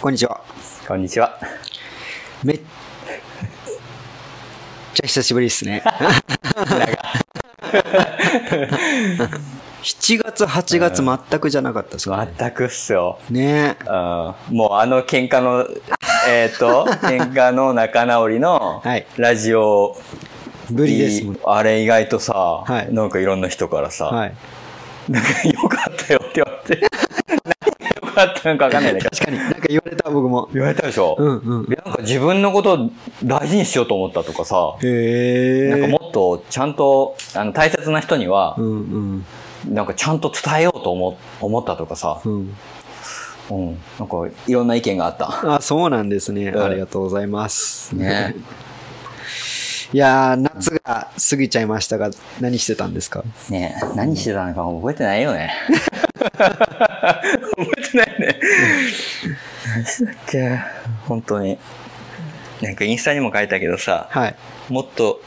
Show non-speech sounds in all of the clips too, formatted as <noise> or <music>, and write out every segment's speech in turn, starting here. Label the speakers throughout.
Speaker 1: こんにちは。
Speaker 2: こんにちは。
Speaker 1: めっちゃ久しぶりですね。7月、8月全くじゃなかったですかね。
Speaker 2: 全くっすよ。
Speaker 1: ね
Speaker 2: うん、もうあの喧
Speaker 1: <laughs>
Speaker 2: 嘩の、えっ、と、喧嘩の仲直りの
Speaker 1: はい
Speaker 2: ラジオ、
Speaker 1: ぶりですもん。
Speaker 2: あれ意外とさ、
Speaker 1: はい
Speaker 2: なんかいろんな人からさ、
Speaker 1: はい。
Speaker 2: なんかよかったよって言われて、何がよかったのかわかんないんだけ
Speaker 1: 確
Speaker 2: ど。
Speaker 1: かに、なんか言われた僕も。
Speaker 2: 言われたでしょ、
Speaker 1: うんうん。
Speaker 2: でなんか自分のことを大事にしようと思ったとかさ、
Speaker 1: へ
Speaker 2: なんか
Speaker 1: え。
Speaker 2: もっとちゃんとあの大切な人には
Speaker 1: う、んうん
Speaker 2: なんかちゃんと伝えようと思思ったとかさ、
Speaker 1: うん。
Speaker 2: うん、なんかいろんな意見があった。
Speaker 1: あ、そうなんですね。
Speaker 2: うん
Speaker 1: ありがとうございます。
Speaker 2: ね。
Speaker 1: いやー、夏が過ぎちゃいましたが、何してたんですか
Speaker 2: ねえ何してたのか覚えてないよね。 <laughs> 覚えてないね。何したっけ本当に。なんかインスタにも書いたけどさ、
Speaker 1: はい。
Speaker 2: もっと、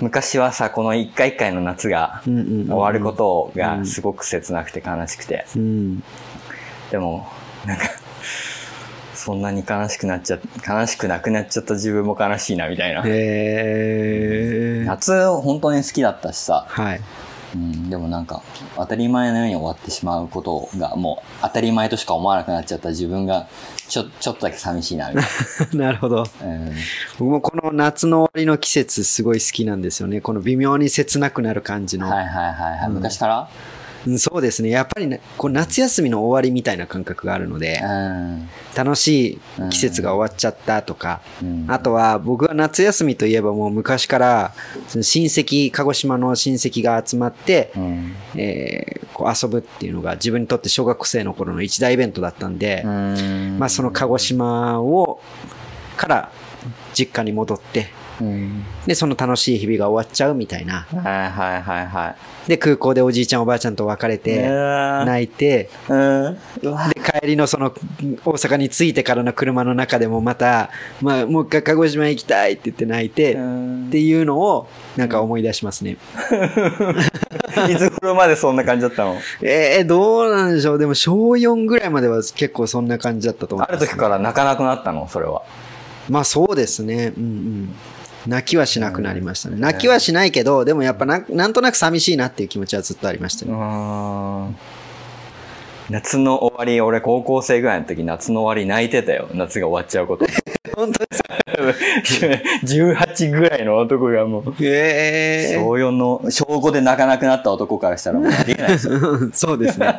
Speaker 2: 昔はさ、この一回一回の夏が
Speaker 1: うんうんうんうん
Speaker 2: 終わることがすごく切なくて悲しくて、
Speaker 1: うん。
Speaker 2: でも、なんか、そんなに悲しくなっちゃ、悲しくなくなっちゃった自分も悲しいな、みたいな。
Speaker 1: へえ。
Speaker 2: 夏本当に好きだったしさ、
Speaker 1: はい。
Speaker 2: うん、でもなんか当たり前のように終わってしまうことがもう当たり前としか思わなくなっちゃった自分がちょちょっとだけ寂しいなみたい
Speaker 1: なるほど。
Speaker 2: <laughs> な、うん、
Speaker 1: 僕もこの夏の終わりの季節すごい好きなんですよね。この微妙に切なくなる感じの。
Speaker 2: はいはいはいはい、
Speaker 1: うん
Speaker 2: 昔から
Speaker 1: うんそうですね。やっぱりね、こう夏休みの終わりみたいな感覚があるので、
Speaker 2: うん、
Speaker 1: 楽しい季節が終わっちゃったとか、
Speaker 2: うん、
Speaker 1: あとは僕は夏休みといえばもう昔からその親戚、鹿児島の親戚が集まって、
Speaker 2: うん
Speaker 1: えーこう遊ぶっていうのが自分にとって小学生の頃の一大イベントだったんで、
Speaker 2: うん
Speaker 1: まあその鹿児島を、から実家に戻って、
Speaker 2: うん、
Speaker 1: で、その楽しい日々が終わっちゃうみたいな。
Speaker 2: はいはいはいはい
Speaker 1: で、空港でおじいちゃんおばあちゃんと別れ
Speaker 2: う
Speaker 1: て、
Speaker 2: わー
Speaker 1: 泣いて、
Speaker 2: うんうわ
Speaker 1: で、帰りのその、大阪に着いてからの車の中でもまた、まあ、もう一回鹿児島行きたいって言って泣いて、
Speaker 2: う
Speaker 1: っ
Speaker 2: ん
Speaker 1: ていうのを、なんか思い出しますね。
Speaker 2: いつ頃までそんな感じだったの
Speaker 1: えー、どうなんでしょう。でも、小4ぐらいまでは結構そんな感じだったと思
Speaker 2: <laughs> あ
Speaker 1: いま
Speaker 2: る
Speaker 1: す、
Speaker 2: 時から泣かなくなったのそれは
Speaker 1: まあ、そうですね。うんうん。泣きはしなくなりましたね。泣きはしないけど、でもやっぱな、なんとなく寂しいなっていう気持ちはずっとありましたね。
Speaker 2: うん夏の終わり、俺高校生ぐらいの時夏の終わり泣いてたよ。夏が終わっちゃうこと。
Speaker 1: 本当ですか
Speaker 2: <laughs> 18ぐらいの男がもう、
Speaker 1: えー
Speaker 2: 小4の、小5で泣かなくなった男からしたらもうありえないですよ。
Speaker 1: うんそうです
Speaker 2: <laughs>
Speaker 1: ね。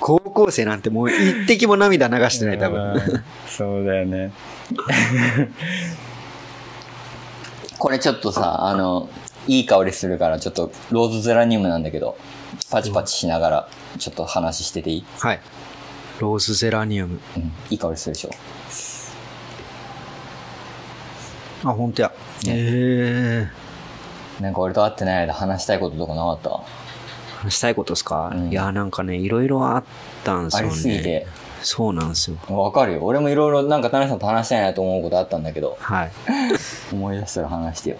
Speaker 1: 高校生なんてもう一滴も涙流 <laughs> してない、多分。
Speaker 2: うんそうだ
Speaker 1: <laughs>
Speaker 2: よね。これちょっとさ、あの、いい香りするから、ちょっとローズゼラニウムなんだけど、パチパチしながら、ちょっと話してていい、
Speaker 1: はい。ローズゼラニウム。
Speaker 2: うん、いい香りするでしょ。
Speaker 1: あ、本当や。
Speaker 2: ね
Speaker 1: へえ。
Speaker 2: なんか俺と会ってない間話したいこととかなかった
Speaker 1: 話したいことですか、
Speaker 2: うん
Speaker 1: いや、なんかね、いろいろあったんです
Speaker 2: あ
Speaker 1: よ
Speaker 2: り
Speaker 1: ね。
Speaker 2: すぎて。
Speaker 1: そうなんですよ。
Speaker 2: わかるよ。俺もいろいろなんか田中さんと話したいなと思うことあったんだけど、
Speaker 1: はい。
Speaker 2: 思い出したら話してよ。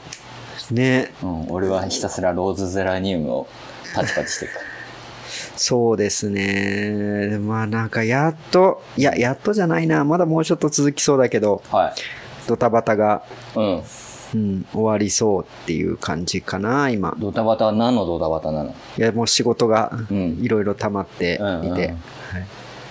Speaker 1: ね、
Speaker 2: うん、俺はひたすらローズゼラニウムをパチパチしていく。
Speaker 1: そうですね。まあなんかやっと、いや、やっとじゃないな。まだもうちょっと続きそうだけど、
Speaker 2: はい。
Speaker 1: ドタバタが、
Speaker 2: うん。
Speaker 1: うん、終わりそうっていう感じかな、今。
Speaker 2: ドタバタは何のドタバタなの
Speaker 1: いや、もう仕事が
Speaker 2: うん
Speaker 1: いろいろ溜まっていて、
Speaker 2: うんうんうん
Speaker 1: はい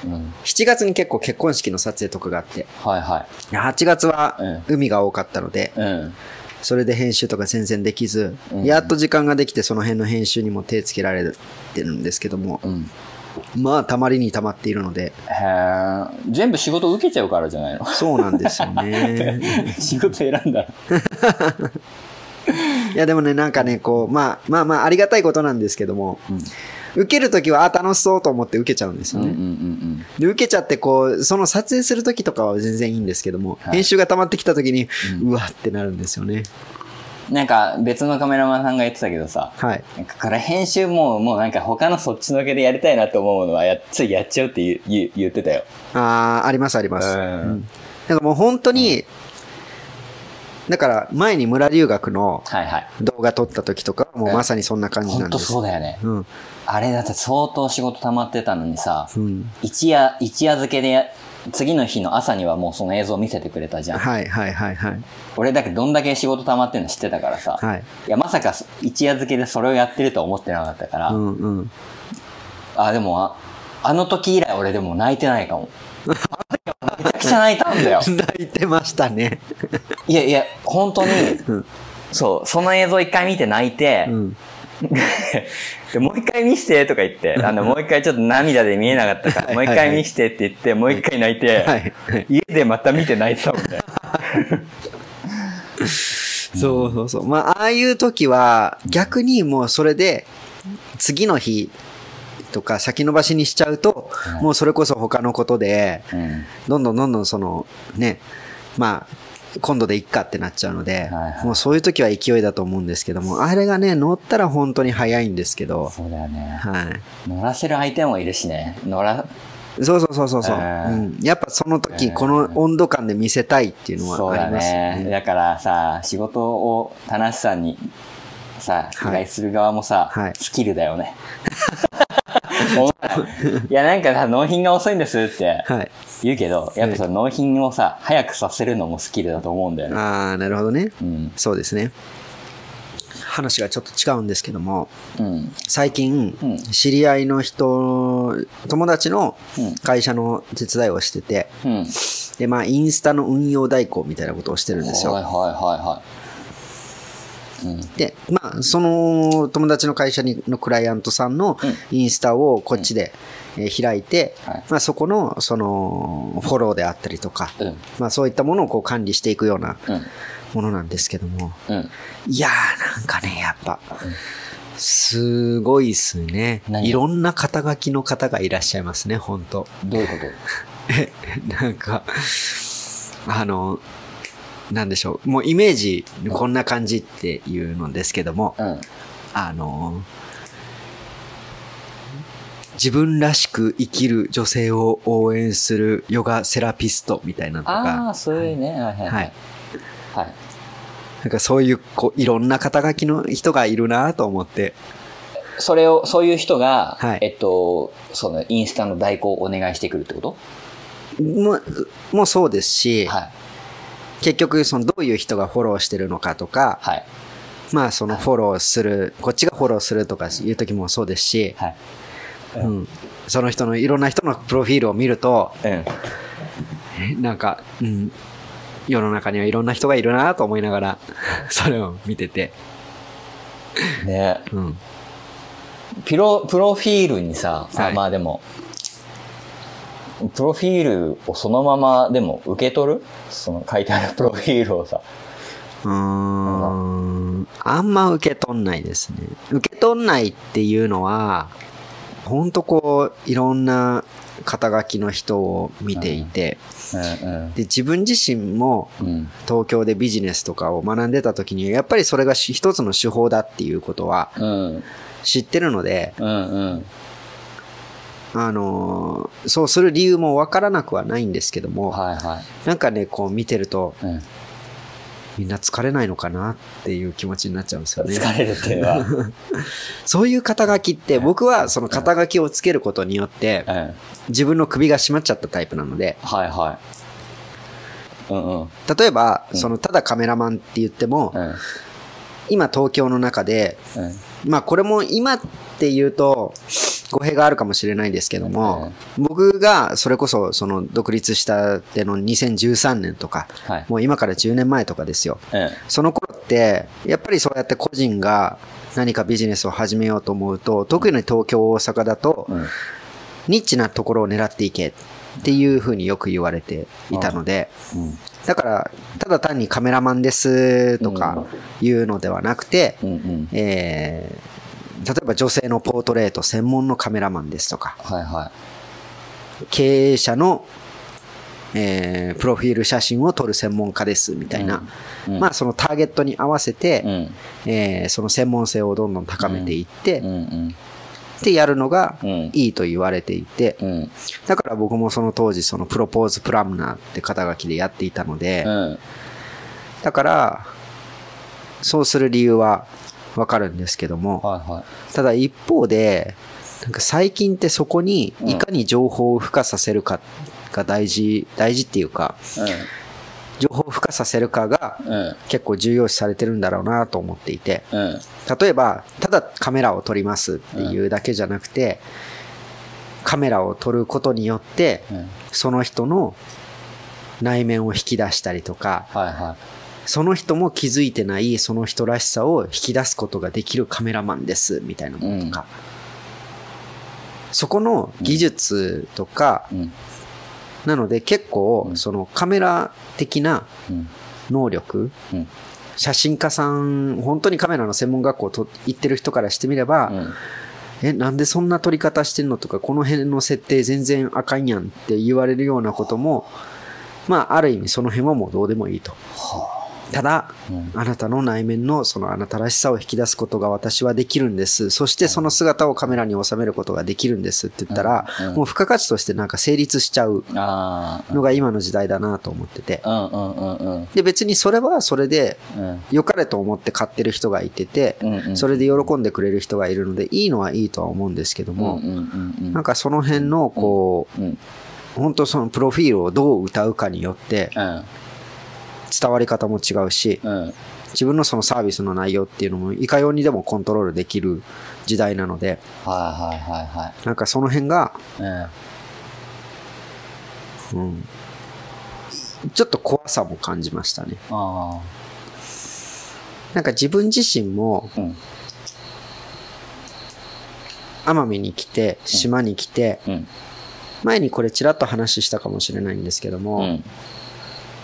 Speaker 2: うん。
Speaker 1: 7月に結構結婚式の撮影とかがあって、
Speaker 2: はいは
Speaker 1: 8月は海が多かったので、
Speaker 2: い。うん。
Speaker 1: それで編集とか全然できず、
Speaker 2: うん
Speaker 1: やっと時間ができてその辺の編集にも手つけられてるんですけども、
Speaker 2: うん。
Speaker 1: まあたまりにたまっているので、
Speaker 2: へー全部仕事受けちゃうからじ
Speaker 1: <laughs>
Speaker 2: ゃないの
Speaker 1: そうなんですよ
Speaker 2: <laughs>
Speaker 1: ね。
Speaker 2: 仕事選んだら。
Speaker 1: いやでもね、なんかね、こう、まあまあまあありがたいことなんですけども、
Speaker 2: うん。
Speaker 1: 受けるときはあ楽しそうと思って受けちゃうんです
Speaker 2: う
Speaker 1: よ
Speaker 2: んうん
Speaker 1: ね。
Speaker 2: うん
Speaker 1: で、受けちゃって、こう、その撮影するときとかは全然いいんですけども、
Speaker 2: はい
Speaker 1: 編集が溜まってきたときに、
Speaker 2: う
Speaker 1: うわってなるんですよね。
Speaker 2: うん。なんか別のカメラマンさんが言ってたけどさ、
Speaker 1: はい。
Speaker 2: なんかこれ編集もう、もうなんか他のそっちのけでやりたいなと思うのはや、ついやっちゃうって言う言う言ってたよ。
Speaker 1: ああ、ありますあります。
Speaker 2: う
Speaker 1: うんん。なんかもう本当に、だから前に村留学の
Speaker 2: はいはい。
Speaker 1: 動画撮った時とかはもうまさにそんな感じな
Speaker 2: ほ
Speaker 1: ん
Speaker 2: ん
Speaker 1: で
Speaker 2: と
Speaker 1: す。
Speaker 2: そうだよね。
Speaker 1: うん。
Speaker 2: あれだって相当仕事溜まってたのにさ、
Speaker 1: うん。
Speaker 2: 一夜、一夜漬けでや次の日の朝にはもうその映像見せてくれたじゃん。
Speaker 1: はいはいはいはい。
Speaker 2: 俺だけどんだけ仕事溜まってるの知ってたからさ。
Speaker 1: はい。
Speaker 2: いや、まさか一夜漬けでそれをやってるとは思ってなかったから。
Speaker 1: うんうん。
Speaker 2: あ、でもあ、あの時以来俺でも泣いてないかも。あの時はめちゃくちゃ泣いたん
Speaker 1: <laughs>
Speaker 2: だよ。
Speaker 1: 泣いてましたね。
Speaker 2: いやいや、本当に、
Speaker 1: うん
Speaker 2: そう、その映像一回見て泣いて、
Speaker 1: うん。
Speaker 2: でもう一回見してとか言って、あの、もう一回ちょっと涙で見えなかったから、
Speaker 1: はい
Speaker 2: もう一回見してって言って、もう一回泣い
Speaker 1: は
Speaker 2: て、
Speaker 1: い。はい
Speaker 2: 家でまた見て泣いてたもんね。
Speaker 1: そうそうそう。まあ、ああいう時は、逆にもうそれで、次の日とか先延ばしにしちゃうと、
Speaker 2: はい
Speaker 1: もうそれこそ他のことで、
Speaker 2: うん
Speaker 1: どんどんどんどんその、ね、まあ、今度でいっかってなっちゃうので、
Speaker 2: はいはい
Speaker 1: もうそういう時は勢いだと思うんですけども、あれがね、乗ったら本当に早いんですけど、
Speaker 2: そうだよね。
Speaker 1: はい。
Speaker 2: 乗らせる相手もいるしね。乗ら、
Speaker 1: そうそうそうそうそう、
Speaker 2: えー
Speaker 1: うん。やっぱその時、
Speaker 2: えー
Speaker 1: この温度感で見せたいっていうの
Speaker 2: そ
Speaker 1: は
Speaker 2: う
Speaker 1: あ
Speaker 2: だ
Speaker 1: りますよね。
Speaker 2: ね。だからさ、仕事を田無さんにさ、依
Speaker 1: はい
Speaker 2: 頼する側もさ、
Speaker 1: はい
Speaker 2: スキルだよ
Speaker 1: <laughs>
Speaker 2: ね。思わないいや、なんかさ、納品が遅いんですって
Speaker 1: はい。
Speaker 2: 言うけど、やっぱその納品をさ、早くさせるのもスキルだと思うんだよね。
Speaker 1: ああ、なるほどね。
Speaker 2: うん。
Speaker 1: そうですね。話がちょっと違うんですけども、
Speaker 2: うん。うん。
Speaker 1: 最近、
Speaker 2: うん
Speaker 1: 知り合いの人、友達の会社の手伝いをしてて、
Speaker 2: うん。
Speaker 1: で、まあ、インスタの運用代行みたいなことをしてるんです
Speaker 2: はい
Speaker 1: よ。
Speaker 2: はいはいはい。
Speaker 1: で、まあ、その友達の会社にのクライアントさんのインスタをこっちで、えー開いて、
Speaker 2: はい
Speaker 1: まあ、そこの、その、フォローであったりとか、
Speaker 2: うん。うん。
Speaker 1: まあ、そういったものをこう管理していくような
Speaker 2: うん。
Speaker 1: ものなんですけども、
Speaker 2: うん。
Speaker 1: いやー、なんかね、やっぱ、すごいっすね。
Speaker 2: 何
Speaker 1: いろんな肩書きの方がいらっしゃいますね、ほんと。
Speaker 2: どういうこと
Speaker 1: なんか、あの、なんでしょう。もうイメージ、こんな感じっていうのですけども、
Speaker 2: うん。
Speaker 1: あの、自分らしく生きる女性を応援するヨガセラピストみたいなのと
Speaker 2: あ
Speaker 1: か
Speaker 2: あ、、そういうね。はいはいは
Speaker 1: はいい。
Speaker 2: はい。
Speaker 1: なんかそういう、こう、いろんな肩書きの人がいるなと思って、
Speaker 2: それを、そういう人が、
Speaker 1: はい
Speaker 2: えっと、そのインスタの代行をお願いしてくるってこと
Speaker 1: もう、もうそうですし、
Speaker 2: はい。
Speaker 1: 結局、その、どういう人がフォローしてるのかとか、
Speaker 2: はい。
Speaker 1: まあ、そのフォローする、こっちがフォローするとかいう時もそうですし、
Speaker 2: はい。
Speaker 1: うん、その人のいろんな人のプロフィールを見ると
Speaker 2: うん。
Speaker 1: えなんか、うん、世の中にはいろんな人がいるなと思いながら <laughs> それを見てて、
Speaker 2: ね
Speaker 1: うん、
Speaker 2: プロ、プロフィールにさ、あ
Speaker 1: はい
Speaker 2: まあでも、プロフィールをそのままでも受け取るその書いてあるプロフィールをさ。
Speaker 1: うーんあんま受け取んないですね受け取んないっていうのはほんとこういろんな肩書きの人を見ていて、
Speaker 2: うん
Speaker 1: で自分自身も
Speaker 2: うん。うん。
Speaker 1: 東京でビジネスとかを学んでた時にやっぱりそれがし一つの手法だっていうことは
Speaker 2: うん。
Speaker 1: 知ってるので
Speaker 2: うんうん。
Speaker 1: あのーそうする理由もわからなくはないんですけども、
Speaker 2: はいは
Speaker 1: なんかねこう見てると
Speaker 2: い。うん。
Speaker 1: みんな疲れないのかなっていう気持ちになっちゃうんですよね。
Speaker 2: 疲れるっていうのは。
Speaker 1: そういう肩書きって僕はその肩書きをつけることによって
Speaker 2: うん。はい
Speaker 1: 自分の首が絞まっちゃったタイプなので
Speaker 2: はい。うんうん。
Speaker 1: 例えば
Speaker 2: うん
Speaker 1: そのただカメラマンって言っても
Speaker 2: うん。うん。
Speaker 1: 今東京の中でまあこれも今っていうと語弊があるかもしれないですけども、僕がそれこそその独立したての2013年とか、
Speaker 2: はい。
Speaker 1: もう今から10年前とかですよ。
Speaker 2: うん。
Speaker 1: その頃って、やっぱりそうやって個人が何かビジネスを始めようと思うと、特に東京、大阪だと、
Speaker 2: うん。
Speaker 1: ニッチなところを狙っていけっていうふうによく言われていたので、
Speaker 2: うん。
Speaker 1: だから、ただ単にカメラマンですとかいうのではなくて、
Speaker 2: うんうん。
Speaker 1: えー例えば女性のポートレート専門のカメラマンですとか、
Speaker 2: はいは
Speaker 1: 経営者の、えープロフィール写真を撮る専門家ですみたいな、
Speaker 2: い。うん
Speaker 1: まあ、そのターゲットに合わせて、
Speaker 2: うん。
Speaker 1: えーその専門性をどんどん高めていって、
Speaker 2: うんうん。
Speaker 1: でやるのが
Speaker 2: うん
Speaker 1: いいと言われていて、
Speaker 2: うん。
Speaker 1: だから僕もその当時そのプロポーズプランナーって肩書きでやっていたので、
Speaker 2: うん。
Speaker 1: だからそうする理由はわかるんですけども、
Speaker 2: はいは
Speaker 1: ただ一方でなんか最近ってそこにいかに情報を付加させるか、が大事、大事っていうか、情報を付加させるかが
Speaker 2: うん。うん。
Speaker 1: 結構重要視されてるんだろうなと思っていて、
Speaker 2: うん。
Speaker 1: 例えば、ただカメラを撮りますっていうだけじゃなくて、カメラを撮ることによって、
Speaker 2: うん。
Speaker 1: その人の内面を引き出したりとか、
Speaker 2: はいは
Speaker 1: その人も気づいてないその人らしさを引き出すことができるカメラマンですみたいなものとか、そこの技術とか、
Speaker 2: い。うん。
Speaker 1: なので結構
Speaker 2: うん
Speaker 1: そのカメラ的な
Speaker 2: うん。
Speaker 1: 能力、
Speaker 2: うん
Speaker 1: 写真家さん本当にカメラの専門学校と行ってる人からしてみれば、
Speaker 2: うん。
Speaker 1: えなんでそんな撮り方してんのとかこの辺の設定全然あかんやんって言われるようなこともまあある意味その辺はもうどうでもいいと
Speaker 2: は
Speaker 1: ただ
Speaker 2: あ。うん。
Speaker 1: あなたの内面のそのあなたらしさを引き出すことが私はできるんです。そしてその姿をカメラに収めることができるんですって言ったら、
Speaker 2: うんうん
Speaker 1: もう付加価値としてなんか成立しちゃう
Speaker 2: ああ。
Speaker 1: のが今の時代だなと思ってて。
Speaker 2: うんうんうんうん。
Speaker 1: で、別にそれはそれで
Speaker 2: うん。
Speaker 1: 良かれと思って買ってる人がいてて、
Speaker 2: うんうん。
Speaker 1: それで喜んでくれる人がいるので、いいのはいいとは思うんですけども
Speaker 2: も。うん、うんうんうん。
Speaker 1: なんかその辺のこ
Speaker 2: うん。うん。
Speaker 1: う、本当そのプロフィールをどう歌うかによって伝わり方も違うし、
Speaker 2: うん。
Speaker 1: 自分のそのサービスの内容っていうのもいかようにでもコントロールできる時代なので、
Speaker 2: はいはいはいは
Speaker 1: なんかその辺が、
Speaker 2: い。うん。
Speaker 1: うん、ちょっと怖さも感じましたね。
Speaker 2: あ
Speaker 1: なんか自分自身も
Speaker 2: あ。うん。
Speaker 1: 奄美に来て、島に来て、
Speaker 2: うん。
Speaker 1: 前にこれちらっと話したかもしれないんですけども、
Speaker 2: うん。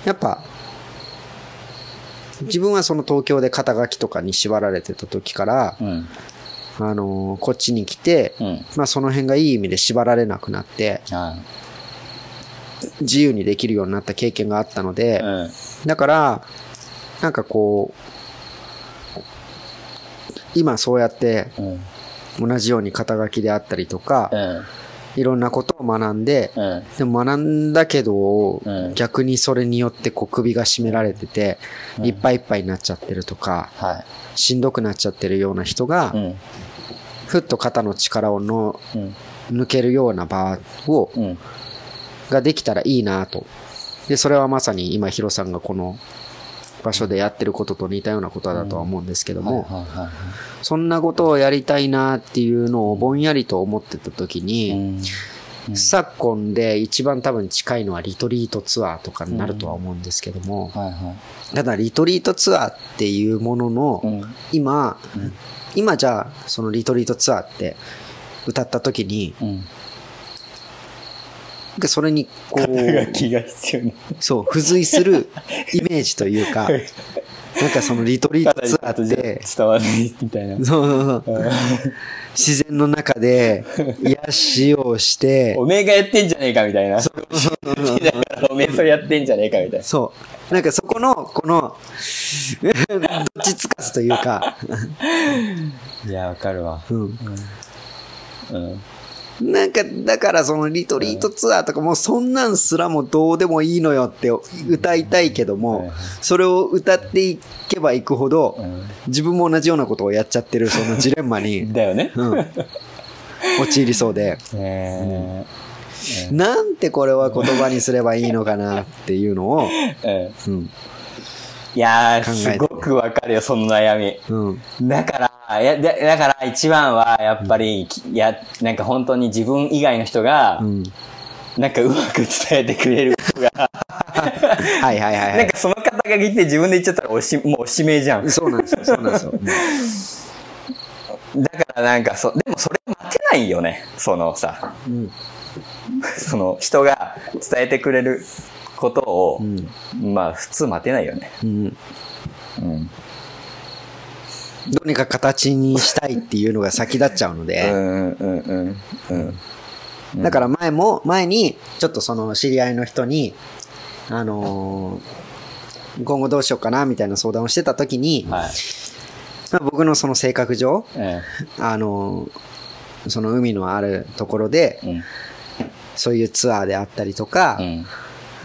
Speaker 1: やっぱ、自分はその東京で肩書きとかに縛られてた時から、
Speaker 2: うん。
Speaker 1: あのーこっちに来て、
Speaker 2: うん。
Speaker 1: まあその辺がいい意味で縛られなくなって、
Speaker 2: はい。
Speaker 1: 自由にできるようになった経験があったので、
Speaker 2: うん。
Speaker 1: だから、なんかこう、今そうやって
Speaker 2: うん。
Speaker 1: 同じように肩書きであったりとか
Speaker 2: う、ん。
Speaker 1: いろんなことを学んで、
Speaker 2: うん。
Speaker 1: でも学んだけど
Speaker 2: うん、
Speaker 1: 逆にそれによってこう首が絞められてて、
Speaker 2: うん
Speaker 1: いっぱいいっぱいになっちゃってるとか、
Speaker 2: は
Speaker 1: しんどくなっちゃってるような人が
Speaker 2: い。う、ん。
Speaker 1: ふっと肩の力をの
Speaker 2: うん。
Speaker 1: 抜けるような場を、
Speaker 2: うん。
Speaker 1: ができたらいいなと。で、それはまさに今ヒロさんがこの場所でやってることと似たようなことだとは思うんですけども、
Speaker 2: はいはいは
Speaker 1: そんなことをやりたいなっていうのをぼんやりと思ってた時
Speaker 2: い。う
Speaker 1: に、
Speaker 2: ん。うん
Speaker 1: 昨今で一番多分近いのはリトリートツアーとかになるとは思うんですけども、
Speaker 2: はいは
Speaker 1: ただリトリートツアーっていうものの、
Speaker 2: い。うん。
Speaker 1: 今、
Speaker 2: うん
Speaker 1: 今じゃあそのリトリートツアーって歌った時に、
Speaker 2: うん。
Speaker 1: なんかそれにこ
Speaker 2: 肩書
Speaker 1: う、
Speaker 2: きが必要に。
Speaker 1: そう、付随するイメージという
Speaker 2: <laughs>
Speaker 1: か、なんかそのリトリートツアーって、
Speaker 2: 伝わらないみたいな。
Speaker 1: そうそうそう。自然の中で癒しを <laughs> して、
Speaker 2: おめえがやってんじゃねえかみたいな。だからおめえそれやってんじゃねえかみたいな。
Speaker 1: そう。なんかそこの、この、どっちつかずというか、
Speaker 2: いや、わかるわ。
Speaker 1: <laughs> うん。
Speaker 2: うん。
Speaker 1: なんか、だからそのリトリートツアーとかもうそんなんすらもどうでもいいのよって歌いたいけど
Speaker 2: うん
Speaker 1: も、それを歌っていけばいくほ
Speaker 2: う
Speaker 1: ど、
Speaker 2: ん
Speaker 1: 自分も同じようなことをやっちゃってるそのジレンマに、
Speaker 2: だよね。
Speaker 1: うん。陥りそうで、
Speaker 2: え
Speaker 1: なんてこれは言葉にすればいいのかなっていうのを、
Speaker 2: ーうん
Speaker 1: うん。
Speaker 2: いやー、
Speaker 1: 考え
Speaker 2: す
Speaker 1: て
Speaker 2: ごくわかるよ、その悩み。
Speaker 1: うん。
Speaker 2: だから、いやだだから一番は、やっぱり、きいや、なんか本当に自分以外の人が、
Speaker 1: うん。
Speaker 2: なんかうまく伝えてくれる人が、
Speaker 1: はいはいはいは
Speaker 2: なんかその肩書きって自分で言っちゃったらおし、もうおしめいじゃん
Speaker 1: い。。そうなんですよ、そうなんですよ。うん
Speaker 2: だからなんかそ、でもそれ待てないよね。そのさ、
Speaker 1: うん。
Speaker 2: その人が伝えてくれることを
Speaker 1: う、ん。
Speaker 2: まあ普通待てないよね。
Speaker 1: うん。
Speaker 2: うん。
Speaker 1: どうにか形にしたいっていうのが先立っちゃうの
Speaker 2: う
Speaker 1: で、
Speaker 2: んうんうんうん。うん
Speaker 1: だから前も、前に、ちょっとその知り合いの人に、あのー今後どうしようかなみたいな相談をしてた時に、
Speaker 2: はい。
Speaker 1: まあ僕のその性格上、
Speaker 2: え
Speaker 1: あのーその海のあるところで、
Speaker 2: えうん。
Speaker 1: そういうツアーであったりとか
Speaker 2: う、ん。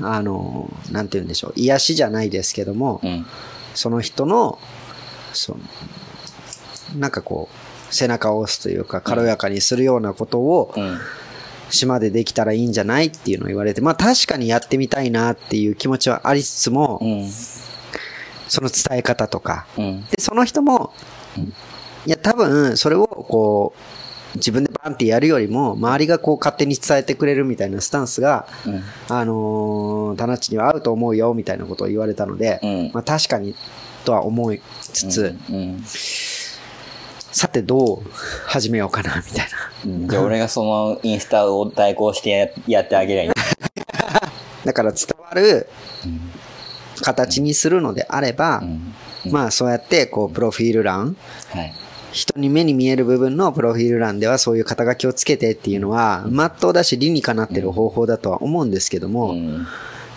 Speaker 1: あのーなんて言うんでしょう、癒しじゃないですけども、
Speaker 2: うん。
Speaker 1: その人の、その、なんかこう、背中を押すというか、軽やかにするようなことを、
Speaker 2: うん。
Speaker 1: 島でできたらいいんじゃないっていうのを言われて、まあ確かにやってみたいなっていう気持ちはありつつも、
Speaker 2: うん。
Speaker 1: その伝え方とか。
Speaker 2: うん。
Speaker 1: で、その人も、いや多分それをこう、自分でバンってやるよりも、周りがこう勝手に伝えてくれるみたいなスタンスが、
Speaker 2: うん。
Speaker 1: あのー、タナッチには合うと思うよみたいなことを言われたので、
Speaker 2: うん
Speaker 1: まあ確かにとは思いつつ、
Speaker 2: うん。
Speaker 1: さてどう始めようかなみたいな。
Speaker 2: うんじゃあ俺がそのインスタを代行してややってあげりゃいい。
Speaker 1: だから伝わる
Speaker 2: うん
Speaker 1: 形にするのであれば、
Speaker 2: うん。
Speaker 1: まあそうやってこうプロフィール欄
Speaker 2: はい。
Speaker 1: 人に目に見える部分のプロフィール欄ではそういう肩書きをつけてっていうのはまっとうだし理にかなってる方法だとは思うんですけども、
Speaker 2: うん。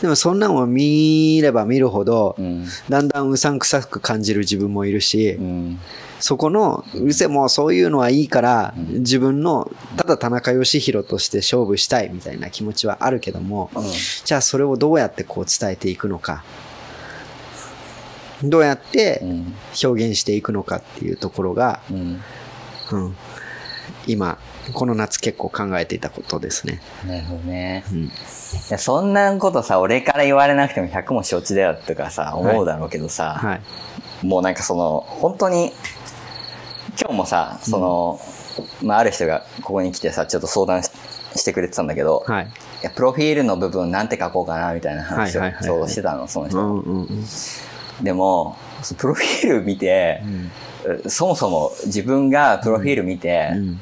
Speaker 1: でもそんなのを見れば見るほど、
Speaker 2: うん。
Speaker 1: だんだんうさんくさく感じる自分もいるし、
Speaker 2: うん。
Speaker 1: そこのうるせえもうそういうのはいいから、
Speaker 2: うん
Speaker 1: 自分のただ田中義弘として勝負したいみたいな気持ちはあるけども、
Speaker 2: うん
Speaker 1: じゃあそれをどうやってこう伝えていくのかどうやって
Speaker 2: うん。
Speaker 1: 表現していくのかっていうところが、
Speaker 2: うん。
Speaker 1: うん、今この夏結構考えていたことですね、
Speaker 2: なるほどね。
Speaker 1: うん、
Speaker 2: いや、そんなことさ、俺から言われなくても100も承知だよとかさ、
Speaker 1: はい
Speaker 2: 思うだろうけどさ、
Speaker 1: はい
Speaker 2: もうなんかその、本当に、今日もさ、その、まあ、ある人がここに来てさ、ちょっと相談ししてくれてたんだけど、
Speaker 1: はい
Speaker 2: いや、プロフィールの部分なんて書こうかな、みたいな話を
Speaker 1: はいはいはいはい
Speaker 2: ちょうどしてたの、その
Speaker 1: う
Speaker 2: 人。
Speaker 1: んうんうん
Speaker 2: でも、そのプロフィール見て、そもそも自分がプロフィール見て、
Speaker 1: うん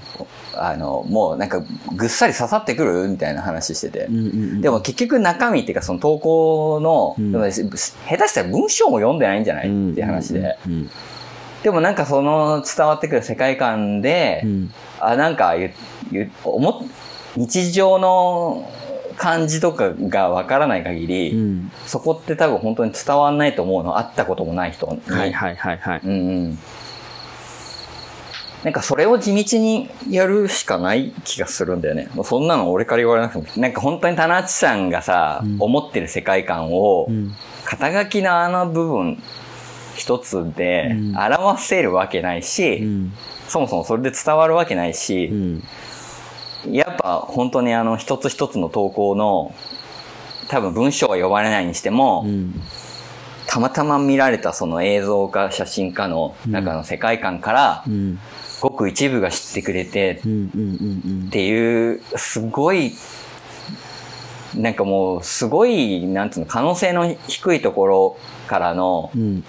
Speaker 2: あの、もうなんかぐっさり刺さってくるみたいな話してて。
Speaker 1: うんうん
Speaker 2: でも結局中身っていうかその投稿の、
Speaker 1: うん
Speaker 2: でも下手したら文章も読んでないんじゃないっていう話で、
Speaker 1: うん
Speaker 2: でもなんかその伝わってくる世界観で、
Speaker 1: うん
Speaker 2: あなんかゆゆ思っ日常の感じとかがわからない限り、
Speaker 1: うん
Speaker 2: そこって多分本当に伝わんないと思うの会ったこともない人に、
Speaker 1: はいはいはいはい
Speaker 2: うんうん、なんかそれを地道にやるしかない気がするんだよね。もうそんなの俺から言われなくても。なんか本当に田中さんがさ、
Speaker 1: うん
Speaker 2: 思ってる世界観を、
Speaker 1: うん
Speaker 2: 肩書きのあの部分一つで
Speaker 1: うん
Speaker 2: 表せるわけないし、
Speaker 1: うん
Speaker 2: そもそもそれで伝わるわけないうし、
Speaker 1: ん
Speaker 2: やっぱ本当にあの一つ一つの投稿の、多分文章は読まれないにしても、
Speaker 1: うん
Speaker 2: たまたま見られたその映像か写真かの中の世界観から、
Speaker 1: うん
Speaker 2: ごく一部が知ってくれて
Speaker 1: うんうんうん
Speaker 2: っていう、すごい、なんかもう、すごい、なんつうの、可能性の低いところからの
Speaker 1: う、ん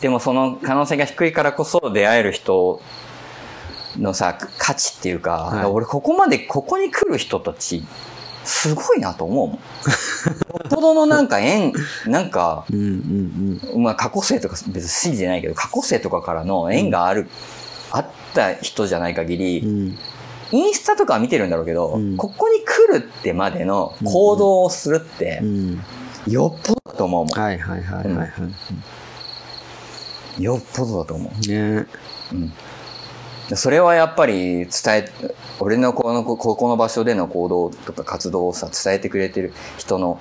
Speaker 2: でもその可能性が低いからこそ出会える人のさ、価値っていうか、
Speaker 1: はい
Speaker 2: 俺ここまで、ここに来る人たち、すごいなと思うもん。よっぽどのなんか縁、なんか、
Speaker 1: うんうん
Speaker 2: まあ、過去生とか別に信じてないけど過去生とかからの縁がある、あった人じゃない限り、
Speaker 1: うん
Speaker 2: インスタとかは見てるんだろうけど、
Speaker 1: うん
Speaker 2: ここに来るってまでの行動をするって
Speaker 1: うん
Speaker 2: よっぽどだと思うもん、
Speaker 1: はいはいはいはいは
Speaker 2: よっぽどだと思
Speaker 1: いね
Speaker 2: う、うんでそれはやっぱり伝え俺のこのこここの場所での行動とか活動をさ伝えてくれてる人の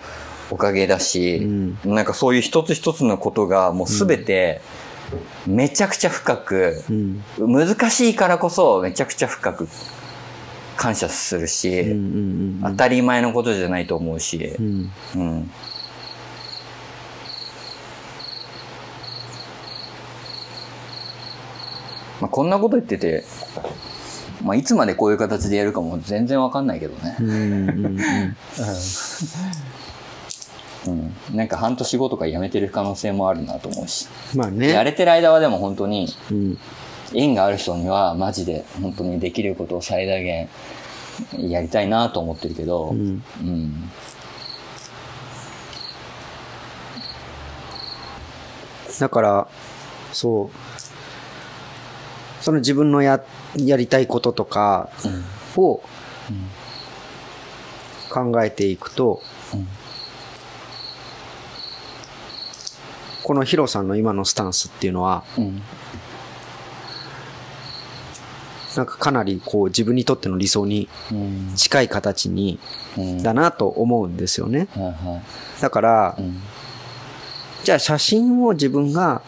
Speaker 2: おかげだし、
Speaker 1: うん
Speaker 2: なんかそういう一つ一つのことがもう全てめちゃくちゃ深く、
Speaker 1: うん
Speaker 2: 難しいからこそめちゃくちゃ深く感謝するし、
Speaker 1: うんうん
Speaker 2: 当たり前のことじゃないと思うし、
Speaker 1: うん
Speaker 2: うん。まあ、こんなこと言ってて、まあ、いつまでこういう形でやるかも全然わかんないけどね
Speaker 1: う。んうんうん
Speaker 2: うん。なんか半年後とか辞めてる可能性もあるなと思うし。
Speaker 1: まあね
Speaker 2: やれてる間はでも本当に、
Speaker 1: うん
Speaker 2: 縁がある人にはマジで本当にできることを最大限やりたいなと思ってるけど、
Speaker 1: うん
Speaker 2: うん
Speaker 1: だから、そう、その自分のややりたいこととかを考えていくと、
Speaker 2: うん
Speaker 1: このヒロさんの今のスタンスっていうのは、
Speaker 2: うん
Speaker 1: なんかかなりこう自分にとっての理想に
Speaker 2: うん
Speaker 1: 近い形に、
Speaker 2: うん
Speaker 1: だなと思うんですよね。
Speaker 2: はいは
Speaker 1: だから
Speaker 2: い、うん
Speaker 1: じゃあ写真を自分が、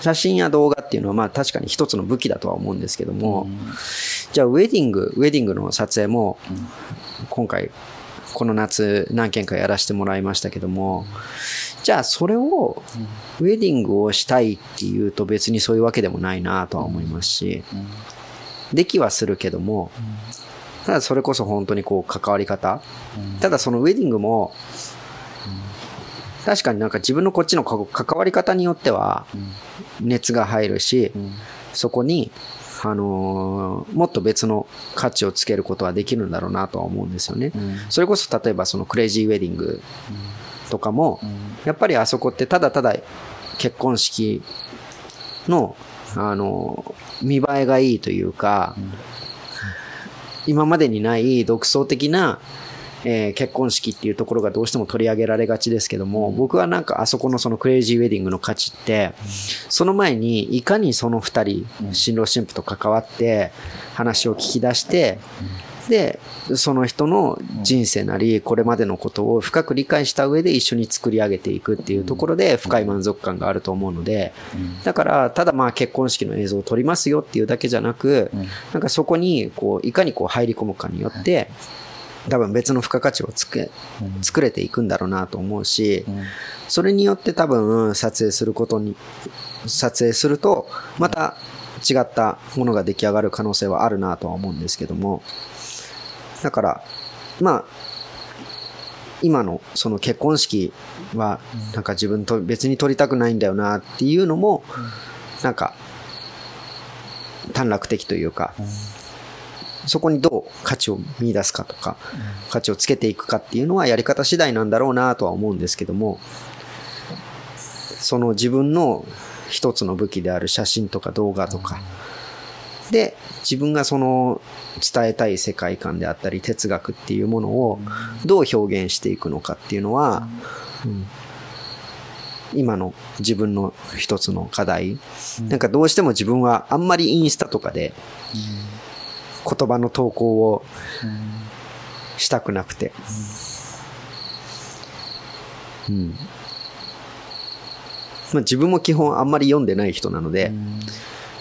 Speaker 1: 写真や動画っていうのはまあ確かに一つの武器だとは思うんですけども、
Speaker 2: うん
Speaker 1: じゃあウェディング、ウェディングの撮影も、今回、この夏何件かやらせてもらいましたけども、じゃあそれを、ウェディングをしたいっていうと別にそういうわけでもないなとは思いますし、できはするけども、ただそれこそ本当にこう関わり方、ただそのウェディングも、確かになんか自分のこっちのか関わり方によっては熱が入るし、そこに、あのーもっと別の価値をつけることはできるんだろうなとは思うんですよね。それこそ例えばそのクレイジーウェディングとかも、やっぱりあそこってただただ結婚式の、あのー見栄えがいいというか、今までにない独創的な、えー結婚式っていうところがどうしても取り上げられがちですけども、僕はなんかあそこのそのクレイジーウェディングの価値って、その前にいかにその二人、新郎新婦と関わって話を聞き出して、で、その人の人生なり、これまでのことを深く理解した上で一緒に作り上げていくっていうところで深い満足感があると思うので、だから、ただまあ結婚式の映像を撮りますよっていうだけじゃなく、なんかそこに、こう、いかにこう入り込むかによって、多分別の付加価値をつけ、作れていくんだろうなと思うし、それによって多分撮影することに、撮影すると、また違ったものが出来上がる可能性はあるなとは思うんですけども、だから、まあ、今のその結婚式はなんか自分と別に撮りたくないんだよなっていうのもなんか短絡的というかそこにどう価値を見出すかとか価値をつけていくかっていうのはやり方次第なんだろうなとは思うんですけどもその自分の一つの武器である写真とか動画とかで自分がその伝えたい世界観であったり哲学っていうものをどう表現していくのかっていうのは、うん今の自分の一つの課題、なんかどうしても自分はあんまりインスタとかで言葉の投稿をしたくなくて、うんまあ、自分も基本あんまり読んでない人なので、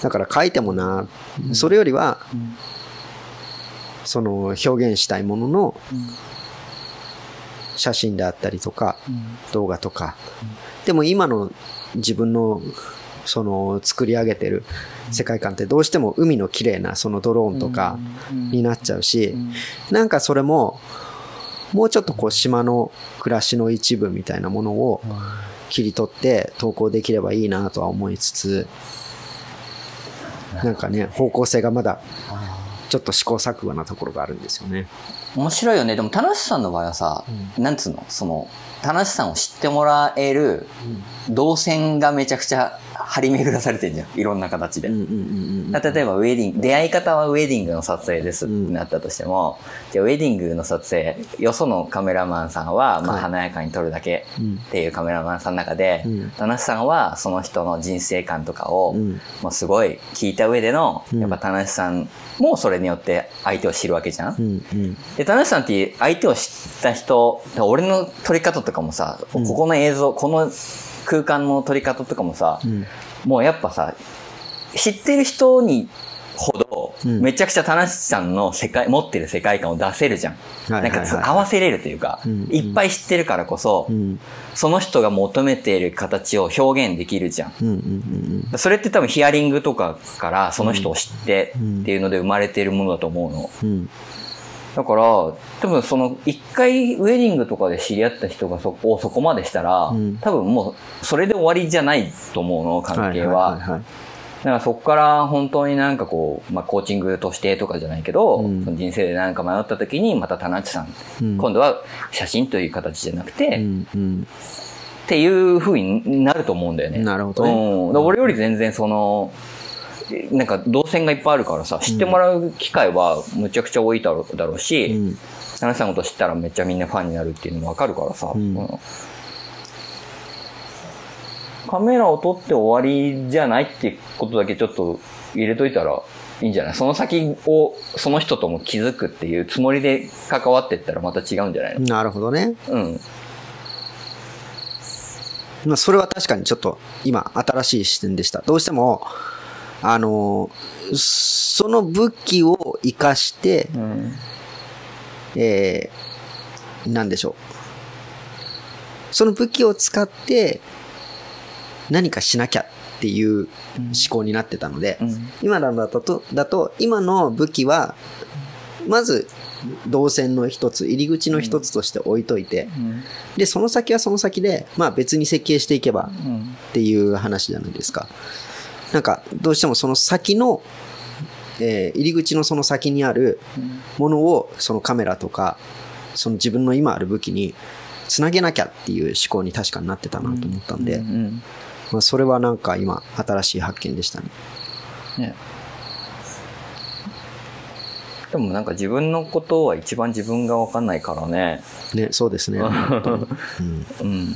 Speaker 1: だから書いてもな、それよりは、その表現したいものの写真であったりとか、動画とか、でも今の自分のその作り上げてる世界観ってどうしても海の綺麗なそのドローンとかになっちゃうし、なんかそれももうちょっとこう島の暮らしの一部みたいなものを切り取って投稿できればいいなとは思いつつ、なんかね、方向性がまだちょっと試行錯誤なところがあるんですよね。
Speaker 2: 面白いよね。でも、田無さんの場合はさ、なんつうのその、田無さんを知ってもらえる動線がめちゃくちゃ張り巡らされてんじゃん。いろんな形で。
Speaker 1: うんうんうん
Speaker 2: だ例えば、ウェディング、出会い方はウェディングの撮影ですってなったとしても、じゃあウェディングの撮影、よそのカメラマンさんは、まあ、
Speaker 1: はい
Speaker 2: 華やかに撮るだけ
Speaker 1: うん
Speaker 2: っていうカメラマンさんの中で、
Speaker 1: うん
Speaker 2: 田無さんはその人の人生観とかを、
Speaker 1: うん
Speaker 2: もうすごい聞いた上での、
Speaker 1: うん
Speaker 2: やっぱ田無さんもそれによって相手を知るわけじゃん。
Speaker 1: うんうん
Speaker 2: で、田無さんって相手を知った人、だから俺の撮り方とかもさ、
Speaker 1: うん
Speaker 2: ここの映像、この空間の撮り方とかもさ、
Speaker 1: うん
Speaker 2: もうやっぱさ、知ってる人にほど、
Speaker 1: うん
Speaker 2: めちゃくちゃ田無さんの世界、持ってる世界観を出せるじゃん。
Speaker 1: はいはいはい
Speaker 2: なんかつ合わせれるというか、
Speaker 1: うん
Speaker 2: いっぱい知ってるからこそ、
Speaker 1: うん
Speaker 2: その人が求めている形を表現できるじゃん。
Speaker 1: うんうん
Speaker 2: それって多分ヒアリングとかからその人を知ってっていうので生まれているものだと思うの。
Speaker 1: うんうん
Speaker 2: だから、多分その一回ウェディングとかで知り合った人がそこをそこまでしたら、
Speaker 1: うん
Speaker 2: 多分もうそれで終わりじゃないと思うの、関係
Speaker 1: い
Speaker 2: は。
Speaker 1: はいい
Speaker 2: だからそこから本当になんかこう、まあコーチングとしてとかじゃないけど、
Speaker 1: うん
Speaker 2: その人生でなんか迷った時にまた田中さん、
Speaker 1: うん
Speaker 2: 今度は写真という形じゃなくて、
Speaker 1: う
Speaker 2: っ
Speaker 1: んうん
Speaker 2: ていう風になると思うんだよね。
Speaker 1: なるほどね
Speaker 2: うん、だから俺より全然その、なんか動線がいっぱいあるからさ、知ってもらう機会はむちゃくちゃ多いだろうだろうし、
Speaker 1: うん
Speaker 2: 田中さんのこと知ったらめっちゃみんなファンになるっていうのもわかるからさ、
Speaker 1: うん
Speaker 2: このカメラを撮って終わりじゃないってことだけちょっと入れといたらいいんじゃないその先をその人とも気づくっていうつもりで関わってったらまた違うんじゃないの
Speaker 1: なるほどね。
Speaker 2: うん。
Speaker 1: まあ、それは確かにちょっと今新しい視点でした。どうしても、あの、その武器を活かして
Speaker 2: うん。
Speaker 1: えー、なんでしょう。その武器を使って何かしなきゃっていう思考になってたので、
Speaker 2: うん
Speaker 1: 今のだと、だと、今の武器は、まず、動線の一つ、入り口の一つとして置いといて、で、その先はその先で、まあ別に設計していけば
Speaker 2: うん
Speaker 1: っていう話じゃないですか。なんか、どうしてもその先の、えー入り口のその先にある
Speaker 2: うん
Speaker 1: ものを、そのカメラとか、その自分の今ある武器に、つなげなきゃっていう思考に確かになってたなと思ったんで、
Speaker 2: うんうん
Speaker 1: まあ、それはなんか今、新しい発見でしたね。
Speaker 2: ねでもなんか自分の <laughs> ことは一番自分が分かんないからね。
Speaker 1: ね、そうですね。
Speaker 2: う
Speaker 1: うん
Speaker 2: ん。